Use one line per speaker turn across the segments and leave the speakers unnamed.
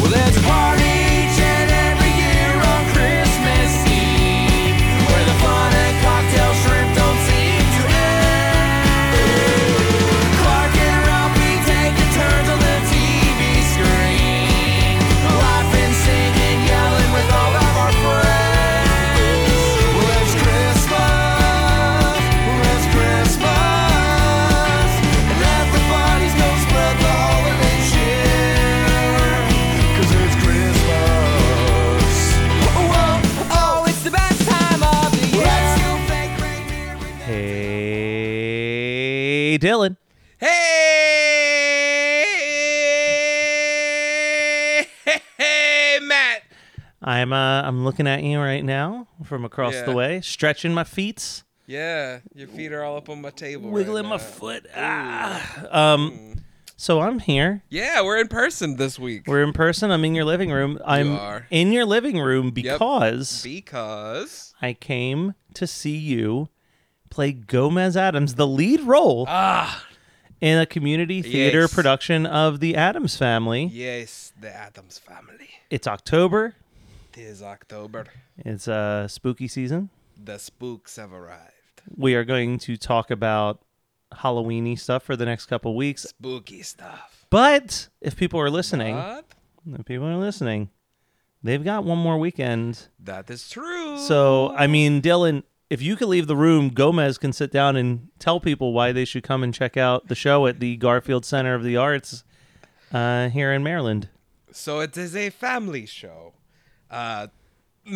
Well, there's a party each and every year on Christmas Eve where the fun and cocktail shrimp don't seem to end. Clark and Ralphie taking turns on the TV screen, laughing, singing, yelling with all of our friends. Well, it's Christmas, well, it's Christmas, and at the parties go spread the holiday cheer. Cause it's Christmas. Oh, it's the best time of the year.
Hey, Dylan.
Hey, hey, hey, Matt.
I'm uh, I'm looking at you right now from across the
Yeah.
way, stretching my feet,
Yeah, your feet are all up on my table. right
wiggling my
now.
foot. Ah.
Hmm.
Um, so I'm here.
Yeah, we're in person this week
We're in person. I'm in your living room. I'm
are.
in your living room because
because
I came to see you play Gomez Adams, the lead role in a community theater
Ah. Yes.
production of The Adams Family.
yes, the Adams family.
It's October.
Tis October.
It's uh, spooky season.
The spooks have arrived.
we are going to talk about Halloweeny stuff for the next couple weeks.
Spooky stuff.
But if people are listening,
But
if people are listening, they've got one more weekend.
that is true.
So, I mean, Dylan, if you could leave the room, Gomez can sit down and tell people why they should come and check out the show at the Garfield Center of the Arts uh, here in Maryland.
So it is a family show. Uh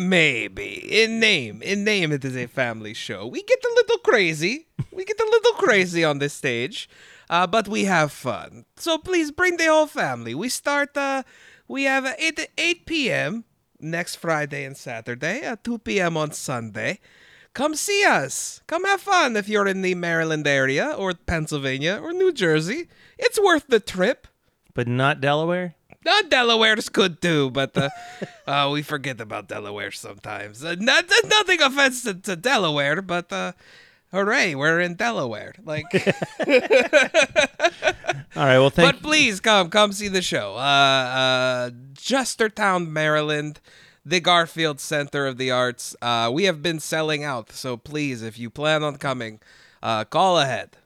maybe. In name. In name it is a family show. We get a little crazy. We get a little crazy on this stage. Uh but we have fun. So please bring the whole family. We start uh we have uh, 8 8 p.m. next Friday and Saturday, uh, 2 p.m. on Sunday. Come see us. Come have fun if you're in the Maryland area or Pennsylvania or New Jersey. It's worth the trip.
But not Delaware?
Not Delaware's good too, but uh, uh, we forget about Delaware sometimes. Uh, not, that's nothing offense to, to Delaware, but uh, hooray, we're in Delaware. Like,
All right, well, thank
but please come, come see the show. Uh, uh, Justertown, Maryland, the Garfield Center of the Arts. Uh, we have been selling out, so please, if you plan on coming, uh, call ahead.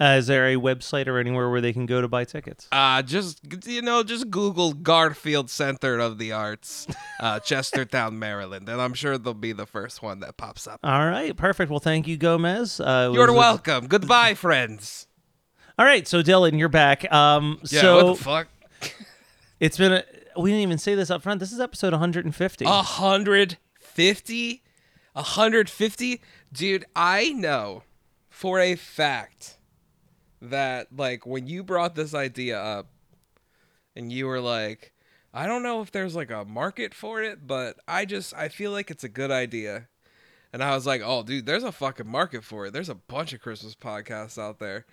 uh, Is there a website or anywhere where they can go to buy tickets?
Uh, just you know, just Google Garfield Center of the Arts, uh, Chestertown, Maryland, and I'm sure they'll be the first one that pops up.
All right, perfect. Well, thank you, Gomez. Uh, it
You're
was a-
welcome. Goodbye, friends.
All right, so Dylan, you're back. Um,
Yeah,
so
what the fuck?
it's been a, we didn't even say this up front. This is episode 150.
A hundred fifty, a hundred fifty, dude. I know for a fact that like when you brought this idea up, and you were like, I don't know if there's like a market for it, but I just I feel like it's a good idea. And I was like, oh, dude, there's a fucking market for it. There's a bunch of Christmas podcasts out there.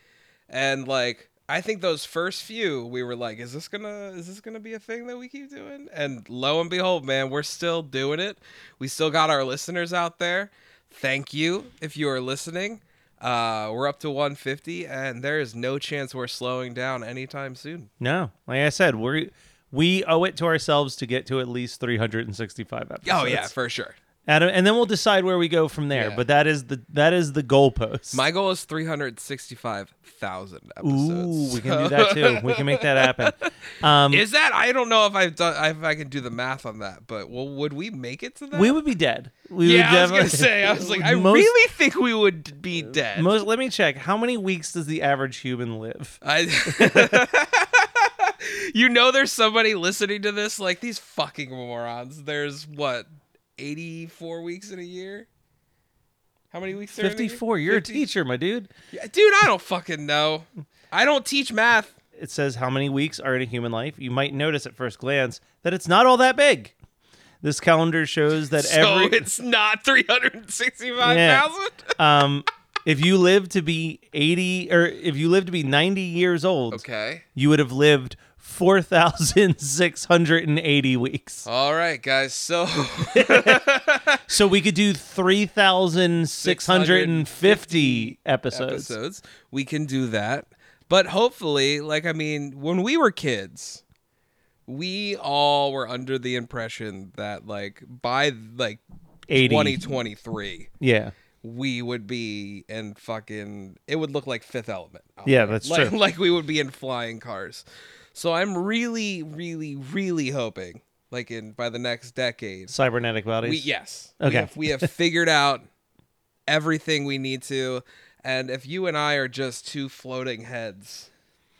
And like, I think those first few, we were like, is this gonna is this gonna be a thing that we keep doing? And lo and behold, man, we're still doing it. We still got our listeners out there. Thank you if you are listening. Uh, we're up to 150, and there is no chance we're slowing down anytime soon.
no, like I said, we we owe it to ourselves to get to at least 365 episodes.
Oh yeah, for sure.
Adam, and then we'll decide where we go from there.
Yeah.
But that is the that is the goalpost.
My goal is 365,000 episodes.
Ooh,
So-
we can do that too. We can make that happen. Um,
Is that? I don't know if I've done if I can do the math on that, but well, would we make it to that?
we would be dead. We
Yeah,
would
I was gonna
definitely-
say. I was like, I
Most- Uh,
really think we would be dead.
Most, let me check. How many weeks does the average human live?
I, you know, there's somebody listening to this like these fucking morons. There's what, 84 weeks in a year? How many weeks? are in a year?
Fifty-four. You're
50
a teacher, my dude.
Yeah, dude. I don't fucking know. I don't teach math.
It says how many weeks are in a human life. You might notice at first glance that it's not all that big. This calendar shows that
so
every
it's not 365,000.
um, if you live to be eighty or if you live to be ninety years old,
Okay.
you would have lived four thousand six hundred and eighty weeks.
All right, guys. So
So we could do 3,650 episodes.
episodes, we can do that. But hopefully, like I mean, when we were kids, we all were under the impression that like by like
80.
2023,
Yeah.
we would be in fucking it would look like Fifth Element. out
Yeah,
there.
that's
like,
true.
Like we would be in flying cars. So I'm really, really, really hoping, like in by the next decade,
Cybernetic bodies.
we yes. We
Okay.
have, we have figured out everything we need to, and if you and I are just two floating heads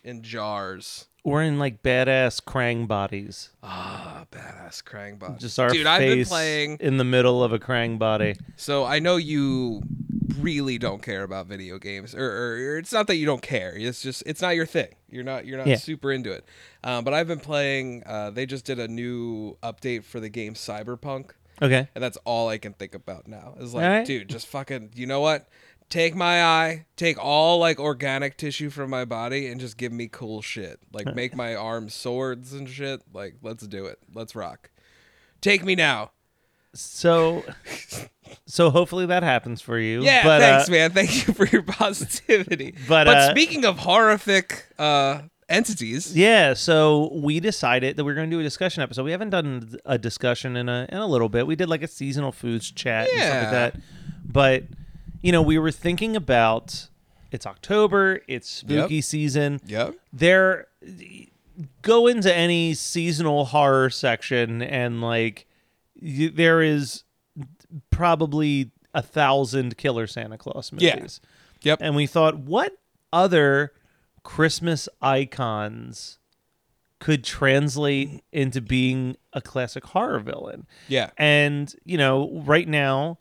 in jars,
We're in like badass Krang bodies.
ah, badass Krangbot.
Just our
dude.
face
I've been playing,
in the middle of a Krang body.
so I know you really don't care about video games, or, or, or it's not that you don't care. It's just it's not your thing. You're not you're not
Yeah.
super into it. Um, but I've been playing. Uh, they just did a new update for the game Cyberpunk.
Okay.
And that's all I can think about now. Is like,
Alright.
dude, just fucking, you know what? Take my eye, take all like organic tissue from my body, and just give me cool shit. Like, make my arms swords and shit. Like, let's do it. Let's rock. Take me now.
So so hopefully that happens for you.
Yeah,
but,
thanks,
uh,
man. Thank you for your positivity.
But, uh,
speaking of horrific uh, entities,
Yeah, so we decided that we are going to do a discussion episode. We haven't done a discussion in a in a little bit. We did like a seasonal foods chat and stuff
Yeah.
like that. But you know, we were thinking about it's October, it's spooky
Yep.
season.
Yep.
There go into any seasonal horror section and like you, there is probably a thousand killer Santa Claus
Yeah.
movies
yep,
and we thought, what other Christmas icons could translate into being a classic horror villain?
yeah,
And you know, right now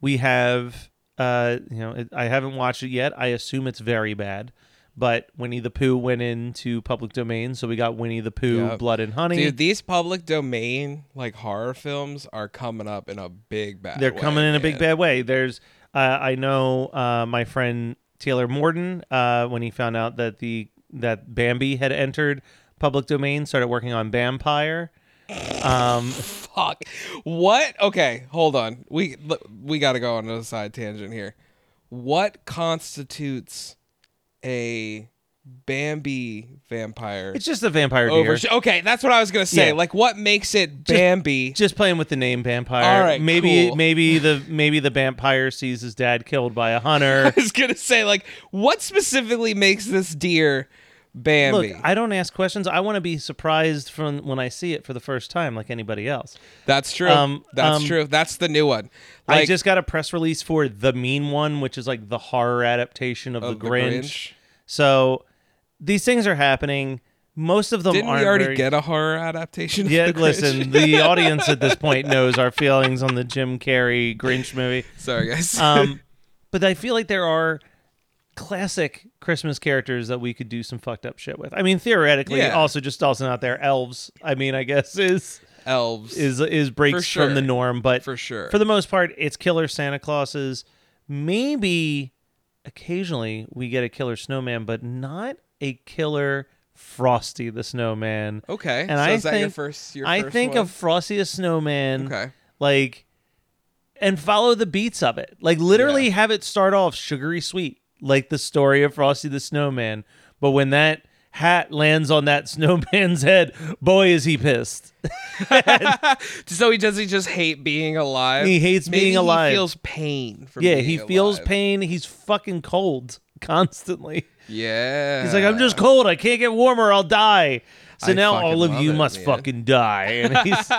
we have, uh, you know, it, I haven't watched it yet. I assume it's very bad. But Winnie the Pooh went into public domain, so we got Winnie the Pooh,
Yep.
Blood and Honey.
dude, these public domain like horror films are coming up in a big bad.
They're
way,
coming in a big
man.
bad way. There's, uh, I know uh, my friend Taylor Morden uh, when he found out that the that Bambi had entered public domain, started working on Vampire. Um,
fuck. What? Okay, hold on. We look, we got to go on a side tangent here. What constitutes a Bambi vampire?
it's just a vampire deer.
over. Okay, that's what I was gonna say.
Yeah.
Like, what makes it Bambi?
just playing with the name vampire.
All right,
maybe
cool.
maybe the maybe the vampire sees his dad killed by a hunter.
I was gonna say, like, what specifically makes this deer
Look,
Bambi?
I don't ask questions. I want to be surprised from when I see it for the first time, like anybody else.
that's true.
um,
that's
um,
true. That's the new one.
I just got a press release for the mean one, which is like the horror adaptation of,
of
the, Grinch. So these things are happening. Most of them
Didn't
aren't
we already
very-
get a horror adaptation? of
Yeah,
the Grinch?
listen, the audience at this point knows our feelings on the Jim Carrey Grinch movie.
Sorry, guys.
Um, but I feel like there are classic Christmas characters that we could do some fucked up shit with. I mean, theoretically,
Yeah.
also just tossing out there elves. I mean, I guess is
Elves
is is breaks
For
from the
sure.
norm, but
for sure.
for the most part, it's killer Santa Clauses. Maybe occasionally we get a killer snowman, but not a killer Frosty the Snowman.
Okay.
And
so
I
is that your
think-
first your
I
first
think
one?
of Frosty the Snowman,
Okay.
like, and follow the beats of it. Like, literally
Yeah.
have it start off sugary sweet, like the story of Frosty the Snowman. But when that hat lands on that snowman's head, boy is he pissed.
So he does he just hate being alive?
He hates
Maybe
being alive.
He feels pain from
yeah,
being
he feels
alive.
pain. He's fucking cold constantly.
Yeah.
He's like, I'm just cold. I can't get warmer. I'll die. So
Uh, I
now
fucking
all of
love
you
it,
must
man.
fucking die. And he's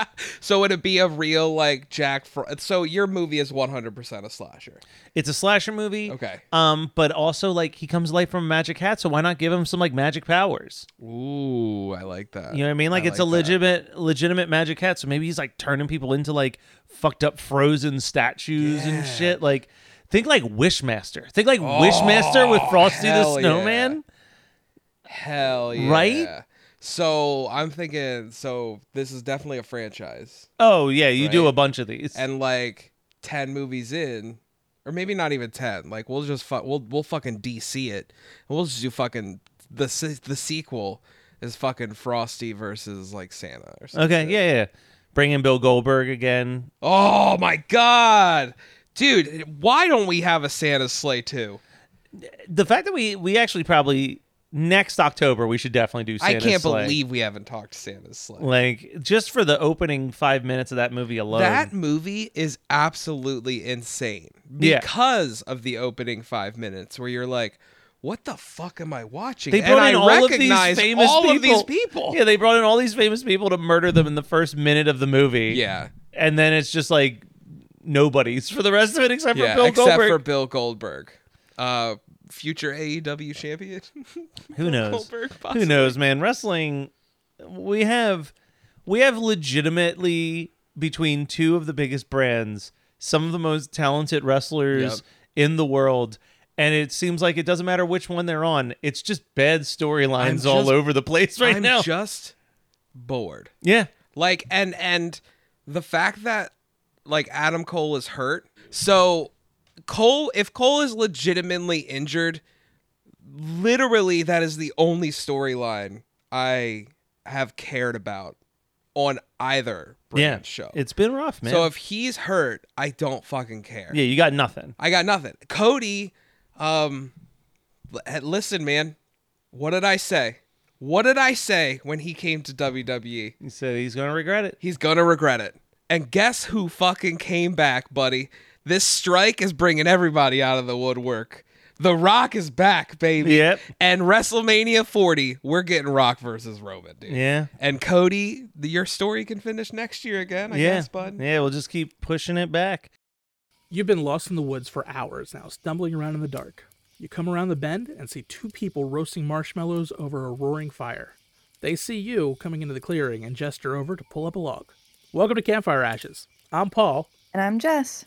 So would it be a real like Jack Frost? So your movie is 100% a slasher.
it's a slasher movie.
Okay.
Um, but also like he comes to life from a magic hat, so why not give him some like magic powers?
Ooh, I like that.
You know what I mean? Like it's a
that.
legitimate legitimate magic hat, so maybe he's like turning people into like fucked up frozen statues and shit. Like think like Wishmaster. Think like Wishmaster with Frosty the
Oh, hell yeah.
Snowman.
Hell yeah.
Right?
So I'm thinking. So this is definitely a franchise,
Oh yeah, you do
Right?
a bunch of these.
and like ten movies in, or maybe not even ten. Like we'll just fuck. We'll we'll fucking DC it, and we'll just do fucking the se- the sequel is fucking Frosty versus like Santa or something.
okay, yeah, yeah. Bring in Bill Goldberg again.
Oh my god, dude! Why don't we have a Santa sleigh too?
the fact that we we actually probably next October we should definitely do.
I
Santa's
can't
Sleigh.
believe we haven't talked Santa's sleigh.
like just for the opening five minutes of that movie alone.
That movie is absolutely insane
Um, Yeah.
because of the opening five minutes where you're like, "What the fuck am I watching?"
they
and
brought
I
in all of
recognize
these famous
all
people.
of these people.
Yeah, they brought in all these famous people to murder them in the first minute of the movie.
yeah,
and then it's just like nobodies for the rest of it except
yeah,
for Bill
except
Goldberg.
for Bill Goldberg, uh, future AEW champion.
Who knows?
Goldberg,
Who
possibly.
knows, man? Wrestling, we have, we have legitimately between two of the biggest brands, some of the most talented wrestlers
Yep.
in the world, and it seems like it doesn't matter which one they're on. It's just bad
I'm
storylines
just-
all over the place right
I'm
now.
just bored.
yeah,
Like and and the fact that like Adam Cole is hurt. So Cole if Cole is legitimately injured, literally that is the only storyline I have cared about on either
yeah.
brand show.
It's been rough, man.
so if he's hurt, I don't fucking care.
yeah, you got nothing.
I got nothing. Cody, um, l- listen, man, what did I say? What did I say when he came to E? WWE?
He said he's gonna regret it.
He's gonna regret it. And guess who fucking came back, buddy? This strike is bringing everybody out of the woodwork. The Rock is back, baby.
Yep.
And WrestleMania 40, we're getting Rock versus Roman, dude.
Yeah.
And Cody, the, your story can finish next year again, I
yeah,
guess, bud.
yeah. We'll just keep pushing it back.
You've been lost in the woods for hours now, stumbling around in the dark. You come around the bend and see two people roasting marshmallows over a roaring fire. They see you coming into the clearing and gesture over to pull up a log. Welcome to Campfire Ashes. I'm Paul.
And I'm Jess.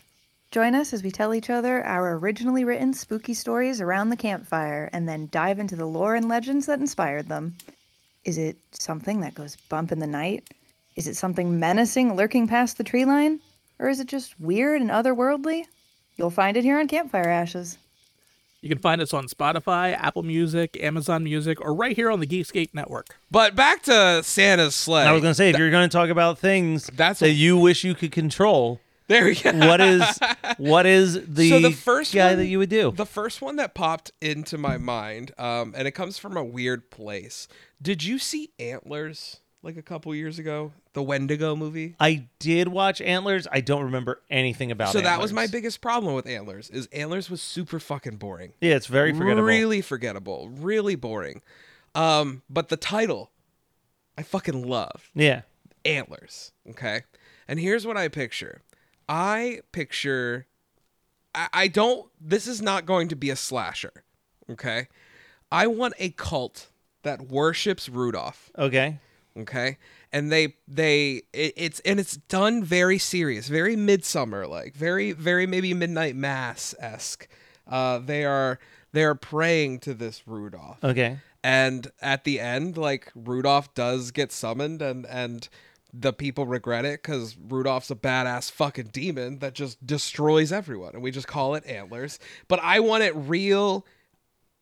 Join us as we tell each other our originally written spooky stories around the campfire and then dive into the lore and legends that inspired them. Is it something that goes bump in the night? Is it something menacing lurking past the tree line? Or is it just weird and otherworldly? You'll find it here on Campfire Ashes.
You can find us on Spotify, Apple Music, Amazon Music, or right here on the Geekscape Network.
But back to Santa's sleigh.
I was gonna say if you're gonna talk about things
That's
that
a-
you wish you could control,
there we go.
what is what is the,
so the first
guy
one-
that you would do?
The first one that popped into my mind, um, and it comes from a weird place. Did you see Antlers like a couple years ago? The Wendigo movie.
I did watch Antlers. I don't remember anything about.
so that was my
Antlers.
biggest problem with Antlers is Antlers was super fucking boring.
Yeah, it's very forgettable.
Really forgettable. Really boring. Um, but the title, I fucking love.
Yeah,
antlers. Okay. And here's what I picture I picture, I, I don't, this is not going to be a slasher. Okay. I want a cult that worships Rudolph.
okay.
Okay. And they, they, it, it's, and it's done very serious, very midsummer like, very, very maybe midnight mass esque. Uh, they are, they're praying to this Rudolph
Okay.
and at the end like rudolph does get summoned and and the people regret it because rudolph's a badass fucking demon that just destroys everyone and we just call it antlers but i want it real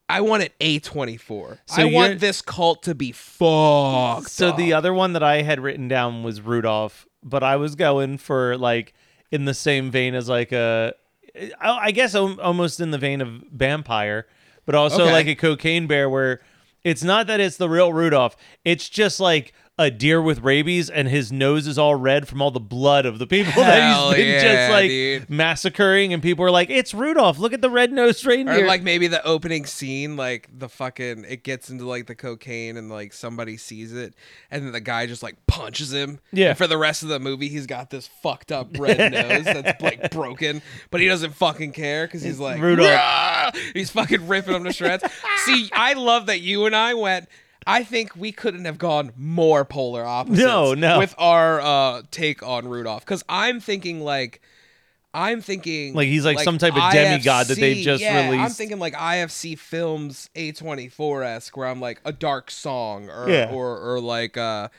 i want it a24
So
i
you're-
want this cult to be fucked
So the
up.
other one that I had written down was Rudolph, but I was going for like in the same vein as like a, I I guess al- almost in the vein of vampire, but also
Okay.
like a cocaine bear where It's not that it's the real Rudolph. It's just like a deer with rabies and his nose is all red from all the blood of the people that
Hell
he's been
yeah,
just like
dude.
massacring. And people are like, it's Rudolph. Look at the red nosed reindeer.
Or like maybe the opening scene, like the fucking it gets into like the cocaine and like somebody sees it and then the guy just like punches him.
Yeah.
And for the rest of the movie he's got this fucked up red nose that's like broken, but he doesn't fucking care because he's like
Rudolph.
"Rah!" He's fucking ripping him to shreds. See, I love that you and I went I think we couldn't have gone more polar opposites
No, no.
with our uh, take on Rudolph. Because I'm thinking like I'm thinking
Like, he's, like, some type of demigod that they've
IFC
just
yeah, I'm
released.
thinking like IFC films A24 esque, where I'm like a dark song or
Yeah.
or or like uh,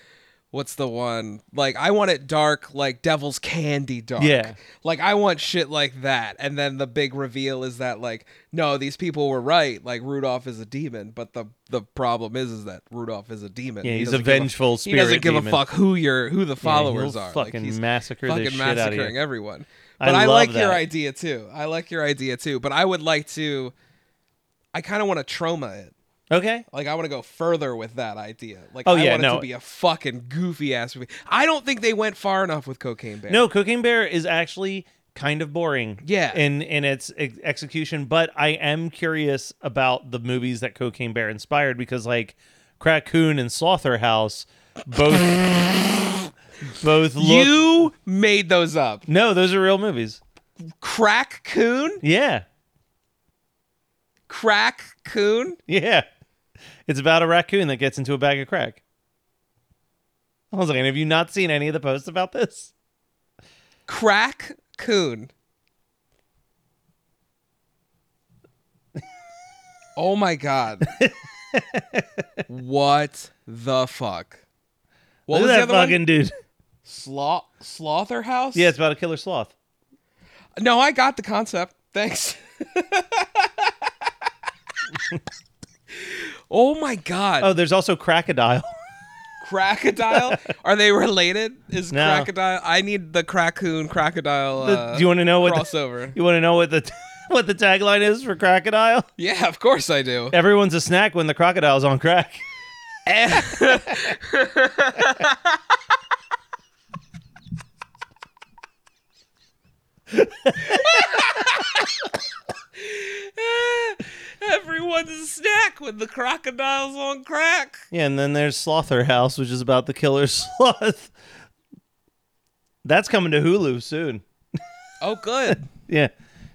what's the one? Like I want it dark, like Devil's Candy dark.
Yeah.
like I want shit like that. And then the big reveal is that like no, these people were right. Like Rudolph is a demon, but the the problem is is that Rudolph is a demon.
Yeah,
He
he's a
doesn't give
vengeful
He doesn't
spirit
give a
demon.
fuck who your who the
he'll
followers are.
fucking
like, he's
massacre the
fucking
shit outta you.
massacring everyone.
I
But I,
love
like your
that.
idea too. I like your idea too. But I would like to. I kind of want to trauma it.
okay.
Like I want to go further with that idea. Like
Oh,
I
yeah,
want it
no.
to be a fucking goofy ass movie. I don't think they went far enough with Cocaine Bear.
No, Cooking Bear is actually kind of boring.
Yeah.
In in its ex- execution, but I am curious about the movies that Cocaine Bear inspired because like Cracoon and Slaughterhouse both both look
you made those up.
No, those are real movies.
Crack Coon,
Yeah.
Crack Coon.
Yeah. It's about a raccoon that gets into a bag of crack. I was like, have you not seen any of the posts about this?
Crack Coon. oh my god. what the fuck? What
Look
was
at
the other
that fucking
one?
dude.
Sloth Slaughterhouse?
Yeah, it's about a killer sloth.
No, I got the concept. Thanks. oh my god.
Oh, there's also Crocodile.
crocodile? Are they related? Is
No.
crocodile I need the Krakoon crocodile
The-
uh,
do you want to know what the-
crossover?
you want to know what the what the tagline is for crocodile?
yeah, of course I do.
Everyone's a snack when the crocodile's on crack.
Everyone's a snack when the crocodile's on crack.
Yeah, and then there's Slaughterhouse, which is about the killer sloth. That's coming to Hulu soon.
Oh, good.
Yeah.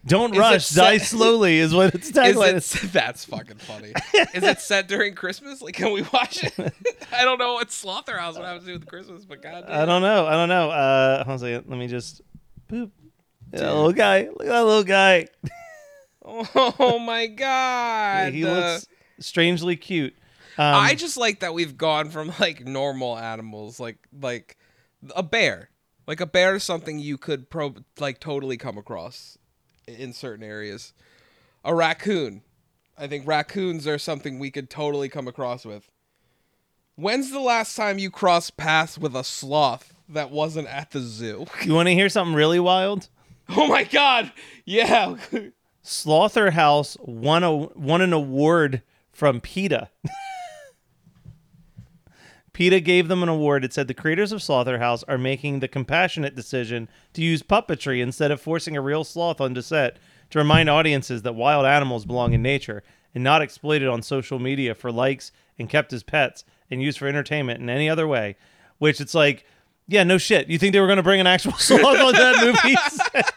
Don't
it
rush,
set-
die slowly is what its
Is
tagline
it,
is.
that's fucking funny. Is it set during Christmas? Like, can we watch it? I don't know what Slaughterhouse would have to do with Christmas, but goddamn.
I don't know. I don't know. Uh hold on a second. Let me just boop. Yeah, that little guy. Look at that little guy.
Oh my god.
he
Uh,
looks strangely cute. Um,
I just like that we've gone from like normal animals, like like a bear. Like a bear is something you could pro like totally come across in certain areas. A raccoon. I think raccoons are something we could totally come across with. When's the last time you crossed paths with a sloth that wasn't at the zoo?
you want to hear something really wild?
oh my god. Yeah.
Slaughterhouse won a won an award from PETA. PETA gave them an award. It said the creators of Slaughterhouse are making the compassionate decision to use puppetry instead of forcing a real sloth onto set to remind audiences that wild animals belong in nature and not exploited on social media for likes and kept as pets and used for entertainment in any other way. Which it's like, yeah, no shit. You think they were going to bring an actual sloth on that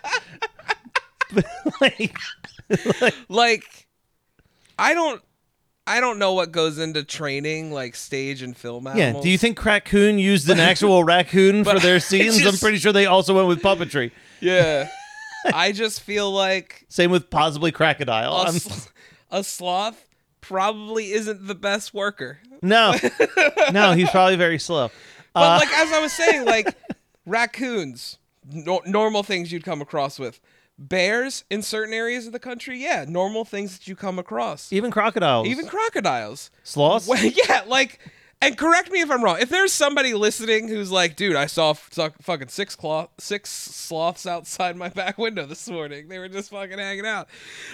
movie? set? like,
like I don't I don't know what goes into training like stage and film animals.
Yeah. Do you think Raccoon used an actual raccoon for
but
their
I
scenes? I'm
just-
pretty sure they also went with puppetry.
Yeah. I just feel like
Same with possibly crocodile.
a,
I'm-
sl- a sloth probably isn't the best worker.
no, no, he's probably very slow.
But like as I was saying, like raccoons, no- normal things you'd come across with. Bears in certain areas of the country, yeah, normal things that you come across.
Even crocodiles,
Even crocodiles.
sloths.
Well, yeah, like, and correct me if I'm wrong. If there's somebody listening who's like, dude, I saw f- suck- fucking six cloth, six sloths outside my back window this morning. They were just fucking hanging out.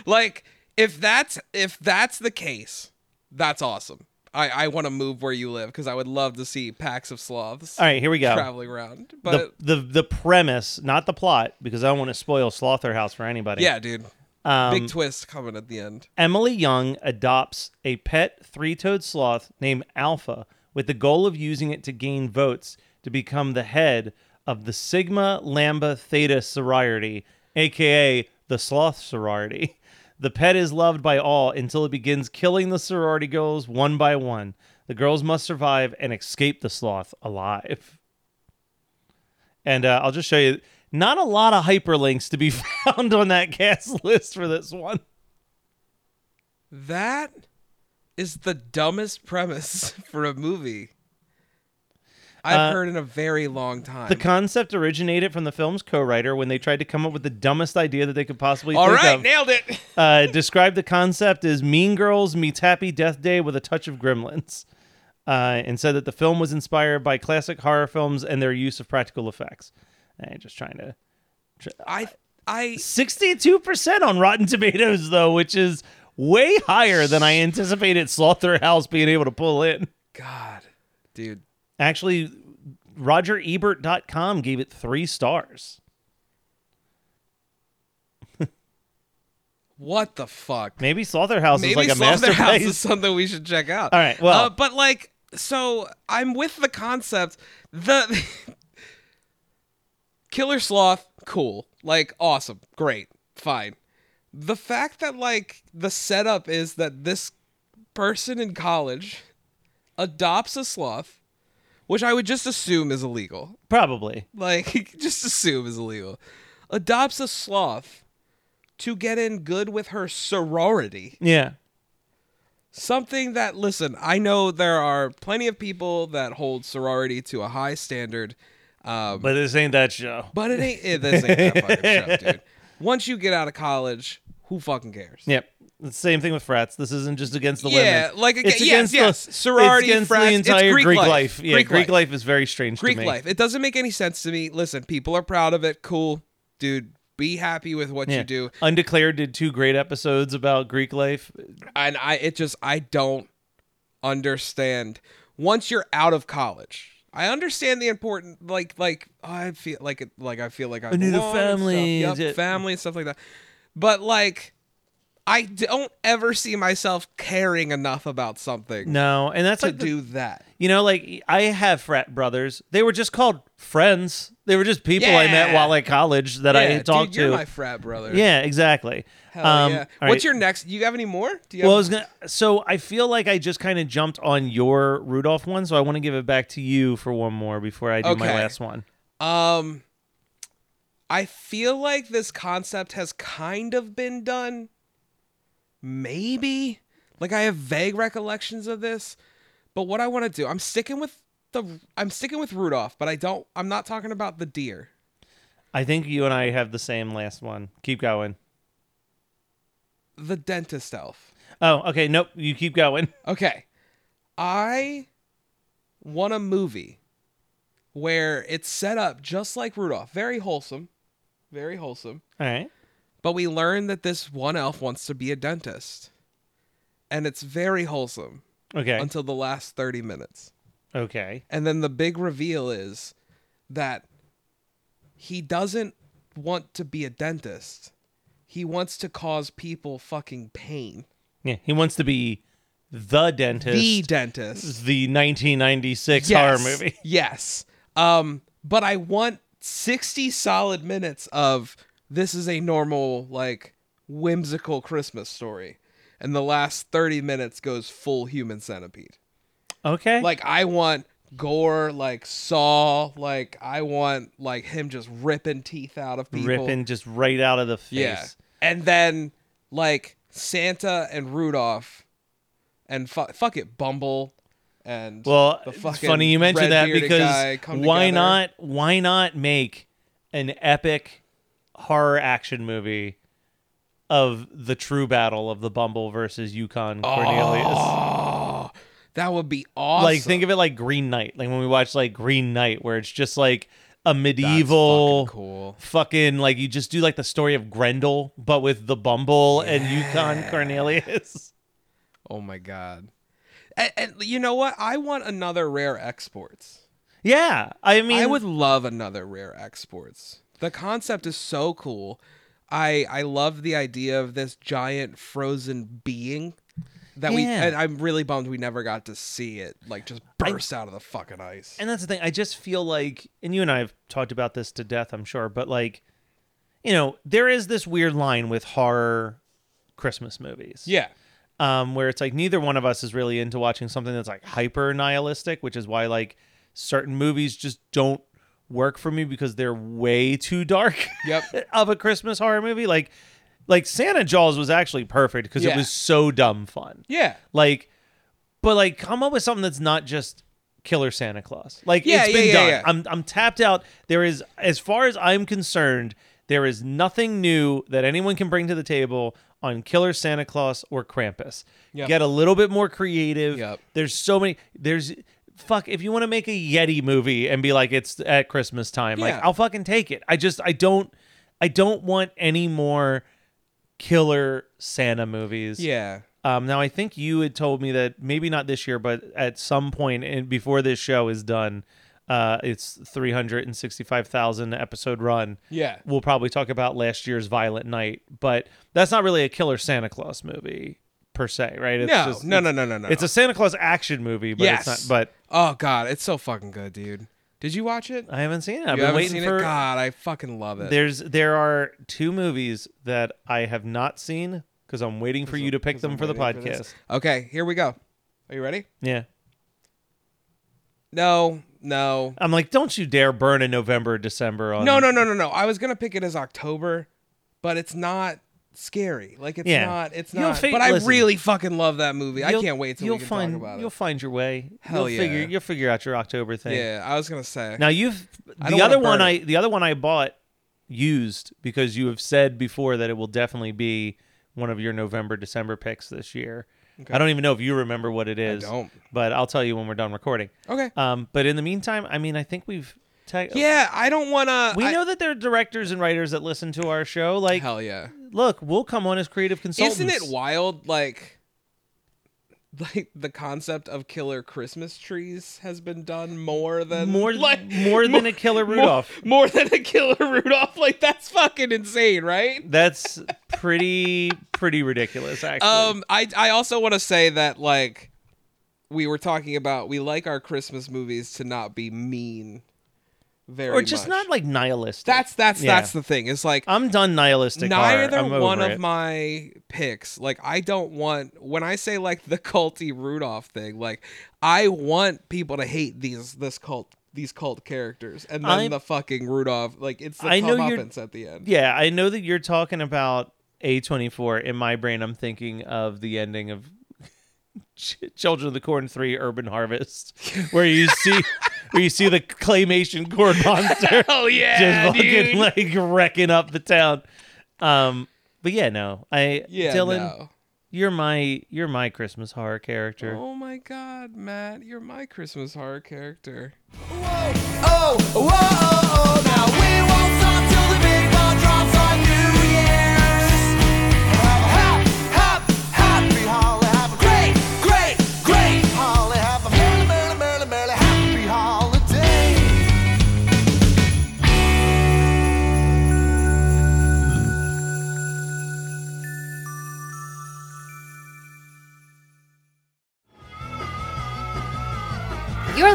Like, if that's if that's the case, that's awesome. I, I want to move where you live because I would love to see packs of sloths
All right, here we go.
traveling around. But
the, the the premise, not the plot, because I don't want to spoil Slaughterhouse for anybody.
yeah, dude,
Um,
big twist coming at the end.
Emily Young adopts a pet three toed sloth named Alpha with the goal of using it to gain votes to become the head of the Sigma Lambda Theta sorority, aka the Sloth sorority. The pet is loved by all until it begins killing the sorority girls one by one. The girls must survive and escape the sloth alive. And uh, I'll just show you not a lot of hyperlinks to be found on that cast list for this one.
That is the dumbest premise for a movie I've heard in a very long time.
Uh, The concept originated from the film's co-writer when they tried to come up with the dumbest idea that they could possibly
All
think
right,
of.
nailed it.
uh, described the concept as Mean Girls meets Happy Death Day with a touch of Gremlins, uh, and said that the film was inspired by classic horror films and their use of practical effects. And just trying to
I I
sixty-two percent on Rotten Tomatoes though, which is way higher than I anticipated Slaughterhouse being able to pull in.
God, dude,
Actually, RogerEbert.com gave it three stars.
what the fuck?
Maybe Slaughterhouse
Maybe
is like a
Slaughterhouse
masterpiece.
is something we should check out.
All right, well-
Uh, but like, so I'm with the concept. The Killer Sloth, cool, like awesome, great, fine. The fact that like the setup is that this person in college adopts a sloth, which I would just assume is illegal.
Probably.
like just assume is illegal adopts a sloth to get in good with her sorority
Yeah.
something that listen i know there are plenty of people that hold sorority to a high standard um,
But this ain't that show.
but it ain't it, this ain't that fucking show dude once you get out of college who fucking cares
Yep. The same thing with frats. This isn't just against the women.
Yeah, like, aga-
it's
yes,
against
yes.
the
Sorority,
it's against
frats,
the
it's
entire
Greek life.
Yeah,
Greek
Greek,
life.
life. is very strange
Greek
to me.
life. It doesn't make any sense to me. Listen, people are proud of it. Cool. Dude, be happy with what
Yeah.
you do.
Undeclared did two great episodes about Greek life.
and I it just I don't understand. Once you're out of college, I understand the important like like I feel like it like I feel like I,
need a
belong and
family,
stuff.
is
Yep,
it-
family and stuff like that. But like I don't ever see myself caring enough about something
No, and that's
to
like the-
do that.
you know, like I have frat brothers. They were just called friends. They were just people I
Yeah.
met while at college that
Yeah,
I talked
dude, you're
to.
my frat brother.
yeah, exactly.
Hell
um,
yeah.
all
What's
right.
your next? You have any more? Do you
Well, I
have,
was gonna. So I feel like I just kind of jumped on your Rudolph one, so I want to give it back to you for one more before I do my
Okay.
last one.
Um, I feel like this concept has kind of been done. Maybe. Like I have vague recollections of this, but what I want to do, I'm sticking with the I'm sticking with Rudolph, but I don't I'm not talking about the deer.
I think you and I have the same last one. Keep going.
The dentist elf.
Oh, okay. Nope. You keep going.
Okay. I want a movie where it's set up just like Rudolph, very wholesome, very wholesome.
All right.
But we learn that this one elf wants to be a dentist. And it's very wholesome
Okay.
until the last 30 minutes.
Okay.
And then the big reveal is that he doesn't want to be a dentist. He wants to cause people fucking pain.
Yeah. He wants to be the dentist.
The dentist.
the 1996
Yes.
horror movie.
Yes. Um, but I want 60 solid minutes of this is a normal, like, whimsical Christmas story. And the last 30 minutes goes full human centipede.
Okay.
Like, I want gore, like, saw, like, I want, like, him just ripping teeth out of people.
ripping just right out of the face.
Yeah. And then, like, Santa and Rudolph and fu- fuck it, Bumble. And
Well,
the
it's
fucking
funny you mentioned that
red-bearded guy
because
come
why
together.
not? Why not make an epic horror action movie of the true battle of the Bumble versus Yukon Cornelius?
Oh, that would be awesome.
Like think of it like Green Knight, like when we watch like Green Knight, where it's just like a
That's
medieval
fucking cool.
fucking like you just do like the story of Grendel, but with the Bumble and Yukon Cornelius.
Oh my god. And, and you know what? I want another rare exports.
Yeah, I mean,
I would love another rare exports. The concept is so cool. I I love the idea of this giant frozen being that we
Yeah.
and I'm really bummed we never got to see it like just burst out of the fucking ice.
and that's the thing. I just feel like, and you and I have talked about this to death, I'm sure, but like, you know, there is this weird line with horror Christmas movies.
yeah.
um, where it's like neither one of us is really into watching something that's like hyper nihilistic, which is why like certain movies just don't work for me because they're way too dark
Yep.
of a Christmas horror movie. Like, like Santa Jaws was actually perfect because it
Yeah.
was so dumb fun.
Yeah.
Like, but like come up with something that's not just killer Santa Claus. Like
Yeah,
it's
yeah,
been
yeah,
done.
yeah.
I'm I'm tapped out. There is as far as I'm concerned, there is nothing new that anyone can bring to the table on killer Santa Claus or Krampus.
Yep.
Get a little bit more creative.
Yep.
There's so many there's fuck if you want to make a Yeti movie and be like it's at Christmas time. Like
Yeah.
I'll fucking take it. I just I don't I don't want any more killer Santa movies.
Yeah.
Um, now I think you had told me that maybe not this year, but at some point and before this show is done, uh, it's three hundred and sixty-five thousand episode run.
Yeah.
we'll probably talk about last year's Violent Night, but that's not really a killer Santa Claus movie per se, right? It's
No,
just-
no,
it's-
no, no, no, no.
It's a Santa Claus action movie, but
yes.
it's not.
oh god, it's so fucking good, dude. Did you watch it?
But I haven't seen it. I've
you
been
haven't
waiting
seen
for.
it. God, I fucking love it.
There's there are two movies that I have not seen because I'm waiting for you to pick them for the podcast.
Okay, here we go. Are you ready?
yeah.
No, no,
I'm like, don't you dare burn in November, December on
no, no, no, no, no. I was gonna pick it as October, but it's not scary. Like it's
Yeah.
not. It's
You'll
not.
fi-
but I
listen.
really fucking love that movie. I
You'll-
can't wait till
you'll
we can
find,
talk about
You'll
it.
find your way.
Hell
you'll Figure,
yeah.
you'll figure out your October thing.
Yeah, I was gonna say.
Now you've
I
the
don't wanna
other one
burn
I the other one I bought used because you have said before that it will definitely be one of your November December picks this year. I don't even know if you remember what it is.
don't.
But I'll tell you when we're done recording.
okay.
Um, but in the meantime, I mean, I think we've. Te-
yeah, I don't wanna.
We
I-
know that there are directors and writers that listen to our show. Like,
Hell yeah.
look, we'll come on as creative consultants.
Isn't it wild? Like, like the concept of killer Christmas trees has been done more than
more
like
more than a killer Rudolph?
More, more than a killer Rudolph. Like that's fucking insane, right?
That's pretty pretty ridiculous, actually.
Um, I I also want to say that like we were talking about, we like our Christmas movies to not be mean, very
or just
much.
not like nihilistic.
That's that's
Yeah.
that's the thing. It's like
I'm done nihilistic.
neither
horror. I'm
one
over
of
it.
my picks. Like I don't want when I say like the culty Rudolph thing. Like I want people to hate these this cult these cult characters, and then
I'm-
the fucking Rudolph. Like it's the
I know you're-
comeuppance at the end.
Yeah, I know that you're talking about A24. In my brain, I'm thinking of the ending of Ch- Children of the Corn 3 Urban Harvest, where you see where you see the claymation corn monster. Oh
yeah,
just
dude.
fucking like wrecking up the town. Um, but yeah, no, I
Yeah,
Dylan,
no.
you're my you're my Christmas horror character.
Oh my god, Matt, you're my Christmas horror character.
Oh, whoa, oh, oh, now we won't stop till the big ball drops on New Year's. Have a hop, hop, happy holiday. Have a great, great, great holiday. Have a merry, merry, merry, merry happy holiday.
You're